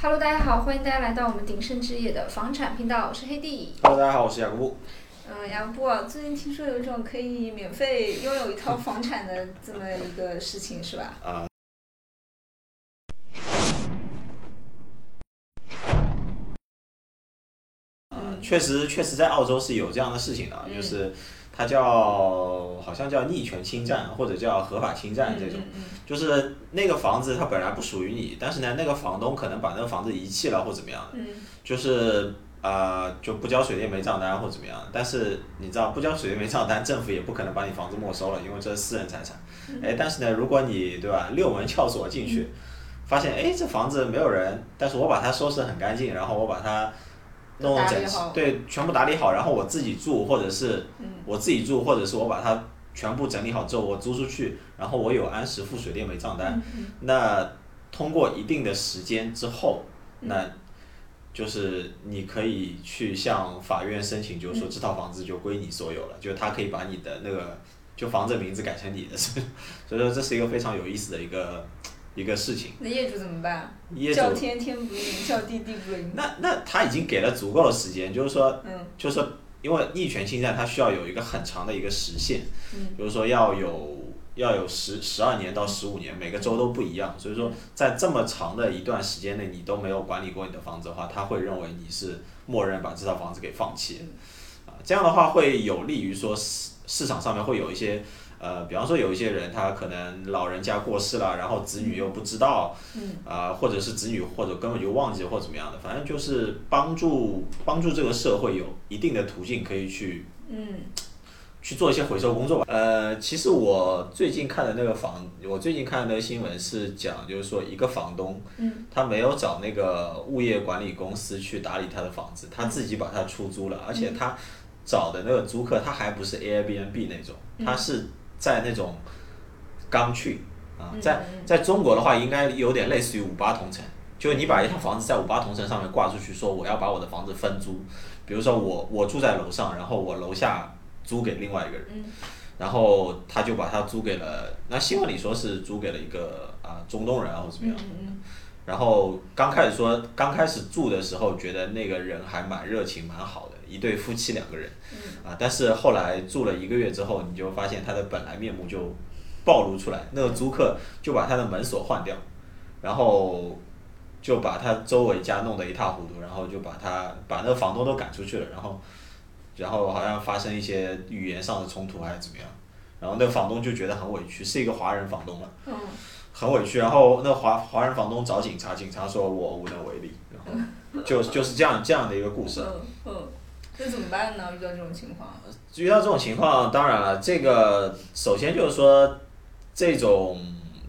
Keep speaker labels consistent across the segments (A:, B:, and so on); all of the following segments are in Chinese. A: Hello，大家好，欢迎大家来到我们鼎盛置业的房产频道，我是黑弟。
B: Hello，大家好，我是雅各布。
A: 嗯，杨波啊，最近听说有一种可以免费拥有一套房产的这么一个事情，是吧？
B: 啊、
A: 嗯
B: 啊确实，确实在澳洲是有这样的事情的啊，就是它叫好像叫逆权侵占或者叫合法侵占这种，
A: 嗯嗯
B: 就是那个房子它本来不属于你，但是呢，那个房东可能把那个房子遗弃了或怎么样的，
A: 嗯
B: 就是啊、呃就不交水电煤账单或怎么样的。但是你知道，不交水电煤账单，政府也不可能把你房子没收了，因为这是私人财产。
A: 嗯
B: 哎，但是呢，如果你对吧，六门撬锁进去，发现哎这房子没有人，但是我把它收拾得很干净，然后我把它弄得整
A: 打理
B: 齐
A: 好，嗯
B: 对，全部打理好，然后我自己住，或者是我自己住，或者是我把它全部整理好之后，我租出去，然后我有按时付水电煤账单。
A: 嗯
B: 那通过一定的时间之后，那就是你可以去向法院申请，就是说这套房子就归你所有了，就他可以把你的那个就房子名字改成你的， 所以所以说这是一个非常有意思的一个一个事情。
A: 那业主怎么办？
B: 业主
A: 叫天天不应，叫地地不灵。
B: 那那他已经给了足够的时间，就是说
A: 嗯
B: 就是说，因为逆权侵占它需要有一个很长的一个时限，
A: 嗯
B: 比如说要有要有十十二年到十五年，每个州都不一样，所以说在这么长的一段时间内，你都没有管理过你的房子的话，他会认为你是默认把这套房子给放弃啊，这样的话会有利于说市市场上面会有一些。呃，比方说有一些人，他可能老人家过世了，然后子女又不知道，
A: 嗯
B: 啊、或者是子女，或者根本就忘记或怎么样的，反正就是帮助帮助这个社会有一定的途径可以去
A: 嗯
B: 去做一些回收工作吧。呃，其实我最近看的那个房，我最近看的那个新闻是讲，就是说一个房东，
A: 嗯，
B: 他没有找那个物业管理公司去打理他的房子，他自己把它出租了，而且他找的那个租客，他还不是 Airbnb 那种，他是在那种刚去啊，
A: 嗯
B: 在在中国的话，应该有点类似于五八同城。就是你把一套房子在五八同城上面挂出去，说我要把我的房子分租，比如说我我住在楼上，然后我楼下租给另外一个人，
A: 嗯
B: 然后他就把它租给了，那新闻里说是租给了一个啊、中东人啊或者怎么样，
A: 嗯
B: 然后刚开始说刚开始住的时候觉得那个人还蛮热情蛮好的，一对夫妻两个人，
A: 嗯
B: 啊，但是后来住了一个月之后，你就发现他的本来面目就暴露出来，那个租客就把他的门锁换掉，然后就把他周围家弄得一塌糊涂，然后就把他把那个房东都赶出去了，然后然后好像发生一些语言上的冲突还是怎么样，然后那个房东就觉得很委屈，是一个华人房东了。
A: 嗯嗯
B: 很委屈，然后那华华人房东找警察，警察说我无能为力，然后就就是这样这样的一个故事。
A: 嗯嗯，那怎么办呢？遇到这种情况，
B: 遇到这种情况，当然了，这个首先就是说，这种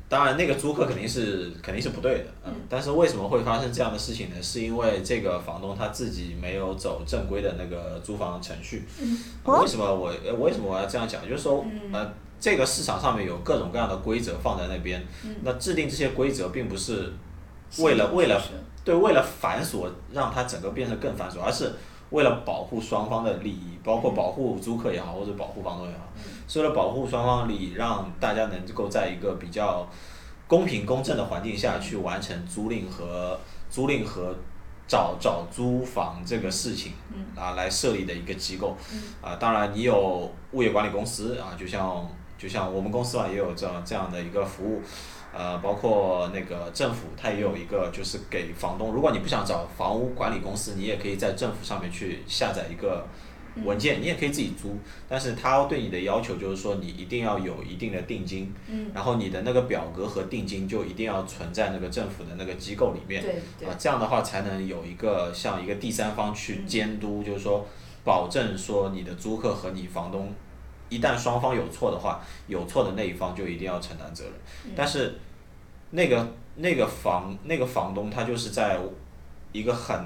B: 当然那个租客肯定是肯定是不对的，嗯，但是为什么会发生这样的事情呢？是因为这个房东他自己没有走正规的那个租房程序。
A: 嗯
B: 啊为什么我呃为什么我要这样讲？就是说，呃，这个市场上面有各种各样的规则放在那边，那制定这些规则并不是为了为了对，为了繁琐，让它整个变得更繁琐，而是为了保护双方的利益，包括保护租客也好，或者保护房东也好，是为了保护双方利益，让大家能够在一个比较公平公正的环境下去完成租赁和租赁和找找租房这个事情啊来设立的一个机构啊，当然你有物业管理公司啊，就像就像我们公司啊也有这样这样的一个服务。呃，包括那个政府，它也有一个就是给房东，如果你不想找房屋管理公司，你也可以在政府上面去下载一个文件，你也可以自己租，但是它对你的要求就是说你一定要有一定的定金，
A: 嗯
B: 然后你的那个表格和定金就一定要存在那个政府的那个机构里面，
A: 对对
B: 啊，，这样的话才能有一个像一个第三方去监督，就是说保证说你的租客和你房东，一旦双方有错的话，有错的那一方就一定要承担责任。
A: 嗯
B: 但是那个那个房那个房东他就是在一个很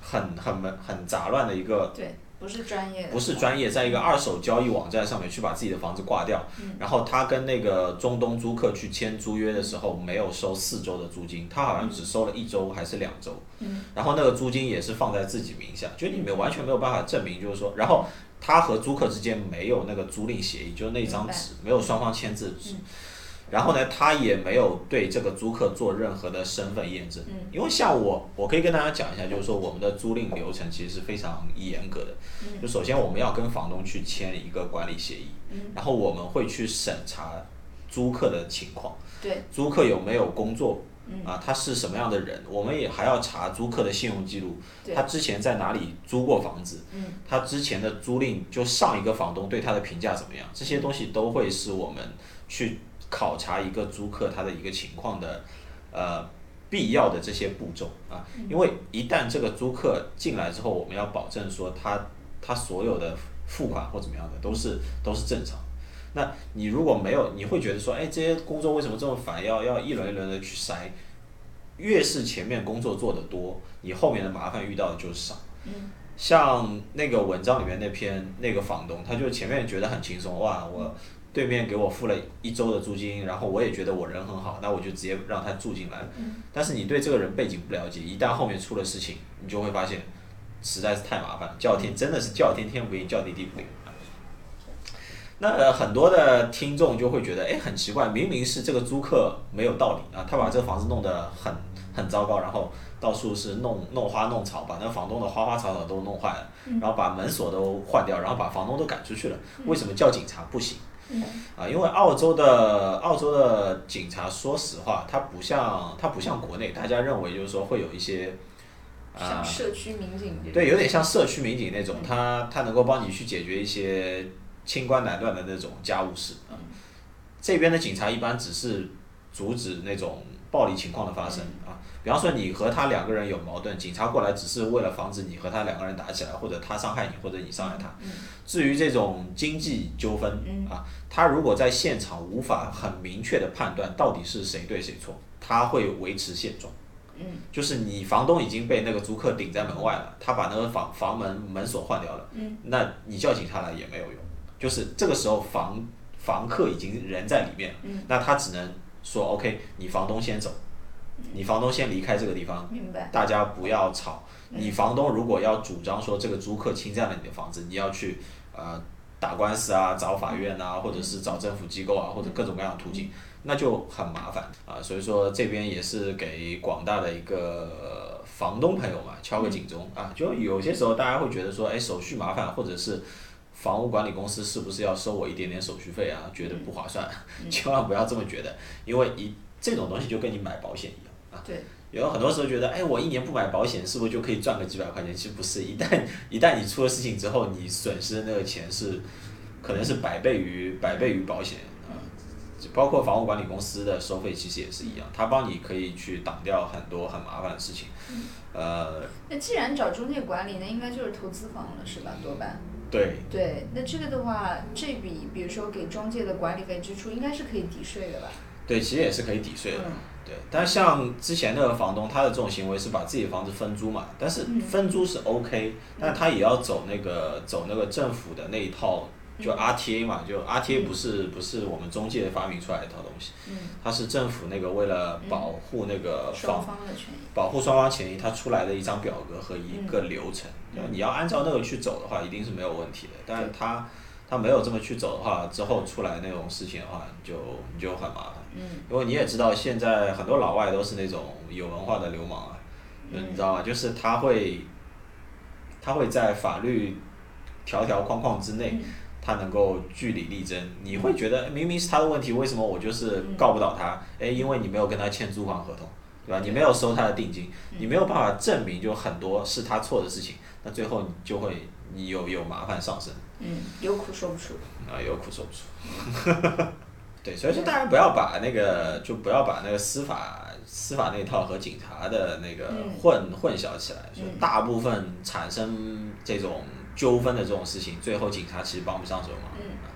B: 很很门很杂乱的一个
A: 对，不是专业的，
B: 不是专业，在一个二手交易网站上面去把自己的房子挂掉，
A: 嗯
B: 然后他跟那个中东租客去签租约的时候，没有收四周的租金，他好像只收了一周还是两周，
A: 嗯
B: 然后那个租金也是放在自己名下，就你们完全没有办法证明，就是说，然后
A: 嗯
B: 他和租客之间没有那个租赁协议，就是那张纸没有双方签字纸。然后呢，他也没有对这个租客做任何的身份验证，
A: 嗯
B: 因为像我，我可以跟大家讲一下，就是说我们的租赁流程其实是非常严格的，
A: 嗯
B: 就首先我们要跟房东去签一个管理协议，
A: 嗯，
B: 然后我们会去审查租客的情况，
A: 对，
B: 租客有没有工作
A: 嗯，
B: 啊，他是什么样的人，我们也还要查租客的信用记录，
A: 对
B: 他，之前在哪里租过房子，
A: 嗯
B: 他之前的租赁就上一个房东对他的评价怎么样，这些东西都会是我们去考察一个租客他的一个情况的，呃，必要的这些步骤啊。因为一旦这个租客进来之后，我们要保证说他他所有的付款或怎么样的都是都是正常。那你如果没有，你会觉得说，哎，这些工作为什么这么烦？要要一轮一轮的去筛，越是前面工作做得多，你后面的麻烦遇到的就少。
A: 嗯
B: 像那个文章里面那篇那个房东，他就前面觉得很轻松，哇，我对面给我付了一周的租金，然后我也觉得我人很好，那我就直接让他住进来。
A: 嗯
B: 但是你对这个人背景不了解，一旦后面出了事情，你就会发现实在是太麻烦，叫天真的是叫天天不应，叫地地不灵。那、呃、很多的听众就会觉得，哎，很奇怪，明明是这个租客没有道理啊，他把这个房子弄得很很糟糕，然后到处是弄弄花弄草，把那房东的花花草草都弄坏了，然后把门锁都换掉，然后把房东都赶出去了，为什么叫警察不行？
A: 嗯
B: 啊，因为澳洲的澳洲的警察，说实话，它不像它不像国内大家认为就是说会有一些，啊、
A: 像社区民警这种，
B: 对，有点像社区民警那种，他他能够帮你去解决一些清官难断的那种家务事啊。这边的警察一般只是阻止那种暴力情况的发生啊，比方说你和他两个人有矛盾，警察过来只是为了防止你和他两个人打起来，或者他伤害你，或者你伤害他。
A: 嗯
B: 至于这种经济纠纷
A: 嗯
B: 啊，他如果在现场无法很明确的判断到底是谁对谁错，他会维持现状。
A: 嗯
B: 就是你房东已经被那个租客顶在门外了，他把那个房房门门锁换掉了，
A: 嗯
B: 那你叫警察来也没有用，就是这个时候房房客已经人在里面了，
A: 嗯
B: 那他只能说 OK，你房东先走，
A: 嗯
B: 你房东先离开这个地方，
A: 明白，
B: 大家不要吵。
A: 嗯
B: 你房东如果要主张说这个租客侵占了你的房子，你要去呃打官司啊，找法院啊，或者是找政府机构啊，或者各种各样的途径，那就很麻烦啊。所以说这边也是给广大的一个呃房东朋友嘛敲个警钟啊，就有些时候大家会觉得说，哎，手续麻烦，或者是。房屋管理公司是不是要收我一点点手续费啊？觉得不划算， 千万不要这么觉得，因为一这种东西就跟你买保险一样啊，
A: 对，
B: 有很多时候觉得，哎，我一年不买保险，是不是就可以赚个几百块钱？其实不是，一旦一旦你出了事情之后，你损失的那个钱是，可能是百倍于百倍于保险啊、就包括房屋管理公司的收费其实也是一样，它帮你可以去挡掉很多很麻烦的事情。呃，
A: 那既然找中介管理，那应该就是投资房了，是吧？多半。
B: 对，
A: 对，那这个的话，这笔比如说给中介的管理费支出，应该是可以抵税的吧？
B: 对，其实也是可以抵税的。
A: 嗯
B: 对，但像之前那个房东，他的这种行为是把自己的房子分租嘛，但是
A: 嗯
B: 分租是 OK，、但他也要走那个走那个政府的那一套，就
A: 嗯
B: RTA 嘛，就 RTA 不是、不是我们中介发明出来的一套东西，
A: 嗯，
B: 它是政府那个为了保护那个
A: 双
B: 房、
A: 方的权益。
B: 保护双方权益，它出来的一张表格和一个流程，
A: 嗯
B: 然后你要按照那个去走的话，一定是没有问题的。但是他他没有这么去走的话，之后出来那种事情的话，你就你就很麻烦。
A: 嗯
B: 因为你也知道，现在很多老外都是那种有文化的流氓啊，
A: 嗯
B: 你知道吗？就是他会，他会在法律条条框框之内，
A: 嗯
B: 他能够据理力争。你会觉得明明是他的问题，为什么我就是
A: 嗯
B: 告不倒他？哎，因为你没有跟他签租房合同，对吧？你没有收他的定金，
A: 嗯
B: 你没有办法证明就很多是他错的事情，那最后你就会你有有麻烦上身。
A: 嗯，有苦说不出。
B: 啊，有苦说不出。 对，所以说大家不要把那个，就不要把那个司法司法那套和警察的那个
A: 嗯
B: 混、混淆起来。就
A: 嗯
B: 大部分产生这种纠纷的这种事情，最后警察其实帮不上手嘛。
A: 嗯
B: 啊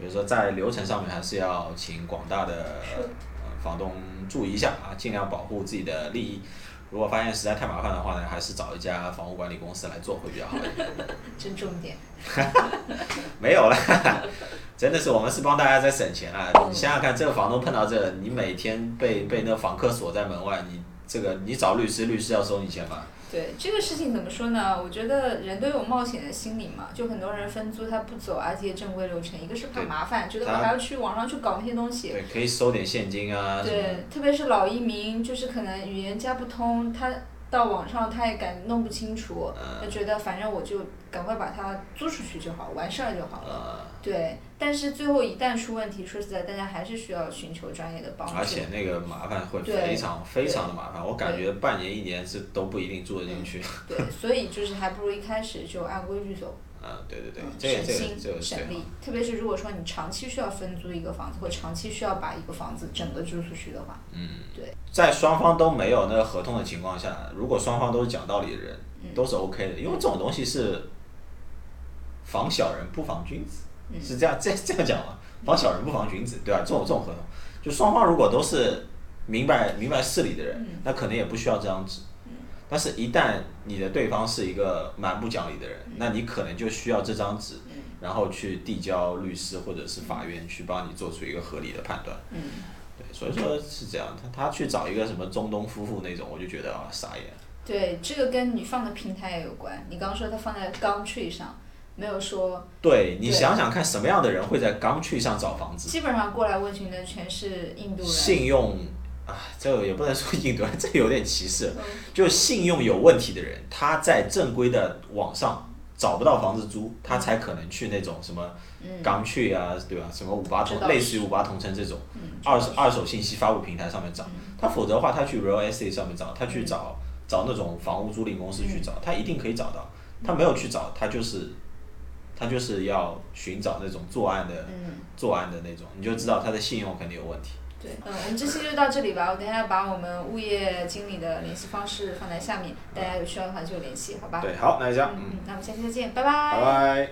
B: 比如说在流程上面，还是要请广大的
A: 是
B: 呃房东注意一下啊，尽量保护自己的利益。如果发现实在太麻烦的话呢，还是找一家房屋管理公司来做会比较好一点。
A: 这重点。
B: 没有啦，真的是我们是帮大家在
A: 嗯
B: 省钱啊！你想想看，这个房东碰到这，你每天被被那房客锁在门外，你这个你找律师，律师要收你钱吧？
A: 对这个事情怎么说呢？我觉得人都有冒险的心理嘛，就很多人分租他不走 RTA 正规流程，一个是怕
B: 对
A: 麻烦，觉得我
B: 他
A: 还要去网上去搞那些东西。
B: 对，可以收点现金啊。什么的
A: 对，特别是老移民，就是可能语言加不通，他到网上他也感弄不清楚，
B: 嗯
A: 就觉得反正我就赶快把它租出去就好，完事儿就好了。
B: 呃，
A: 对，但是最后一旦出问题，说实在，大家还是需要寻求专业的帮助。
B: 呃而且那个麻烦会
A: 对
B: 非常非常的麻烦，我感觉半年一年是都不一定住得进去。
A: 对，所以就是还不如一开始就按规矩走，
B: 啊，对对对
A: 嗯，
B: 这个
A: 省
B: 这
A: 心
B: 个这个是最
A: 省
B: 好
A: 力。特别是如果说你长期需要分租一个房子，或长期需要把一个房子整个租出去的话，
B: 在双方都没有那个合同的情况下，如果双方都是讲道理的人，都是 OK 的，因为这种东西是防小人不防君子，
A: 嗯
B: 是这样这这样讲嘛？防小人不防君子，对吧？这种这种合同，就双方如果都是明白明白事理的人，那可能也不需要这张纸。但是，一旦你的对方是一个蛮不讲理的人，那你可能就需要这张纸，然后去递交律师或者是法院去帮你做出一个合理的判断。
A: 嗯，
B: 对，所以说是这样，他他去找一个什么中东夫妇那种，我就觉得啊傻眼。
A: 对，这个跟你放的平台也有关。你刚刚说它放在 Gumtree 上，没有说
B: 对你
A: 嗯对
B: 想想看，什么样的人会在刚去上找房子？
A: 基本上过来问询的全是印度人。
B: 信用啊，这个也不能说印度人， 这有点歧视。
A: 嗯
B: 就信用有问题的人，他在正规的网上找不到房子租，他才可能去那种什么
A: 嗯
B: 刚去啊，对吧？什么五八
A: 知
B: 同，
A: 道
B: 类似于五八同城这种
A: 嗯，
B: 二手二手信息发布平台上面找。他否则的话，他去 real estate 上面找，他去找找那种房屋租赁公司去找，他一定可以找到。他没有去找，他就是他就是要寻找那种作案的
A: 嗯，
B: 作案的那种，你就知道他的信用肯定有问题。
A: 对，嗯，我们这期就到这里吧。我等一下把我们物业经理的联系方式放在下面，大家有需要的话就联系，好吧？
B: 对，好，那就这样，
A: 嗯
B: 嗯，
A: 嗯，那我们下期再见，
B: 拜拜。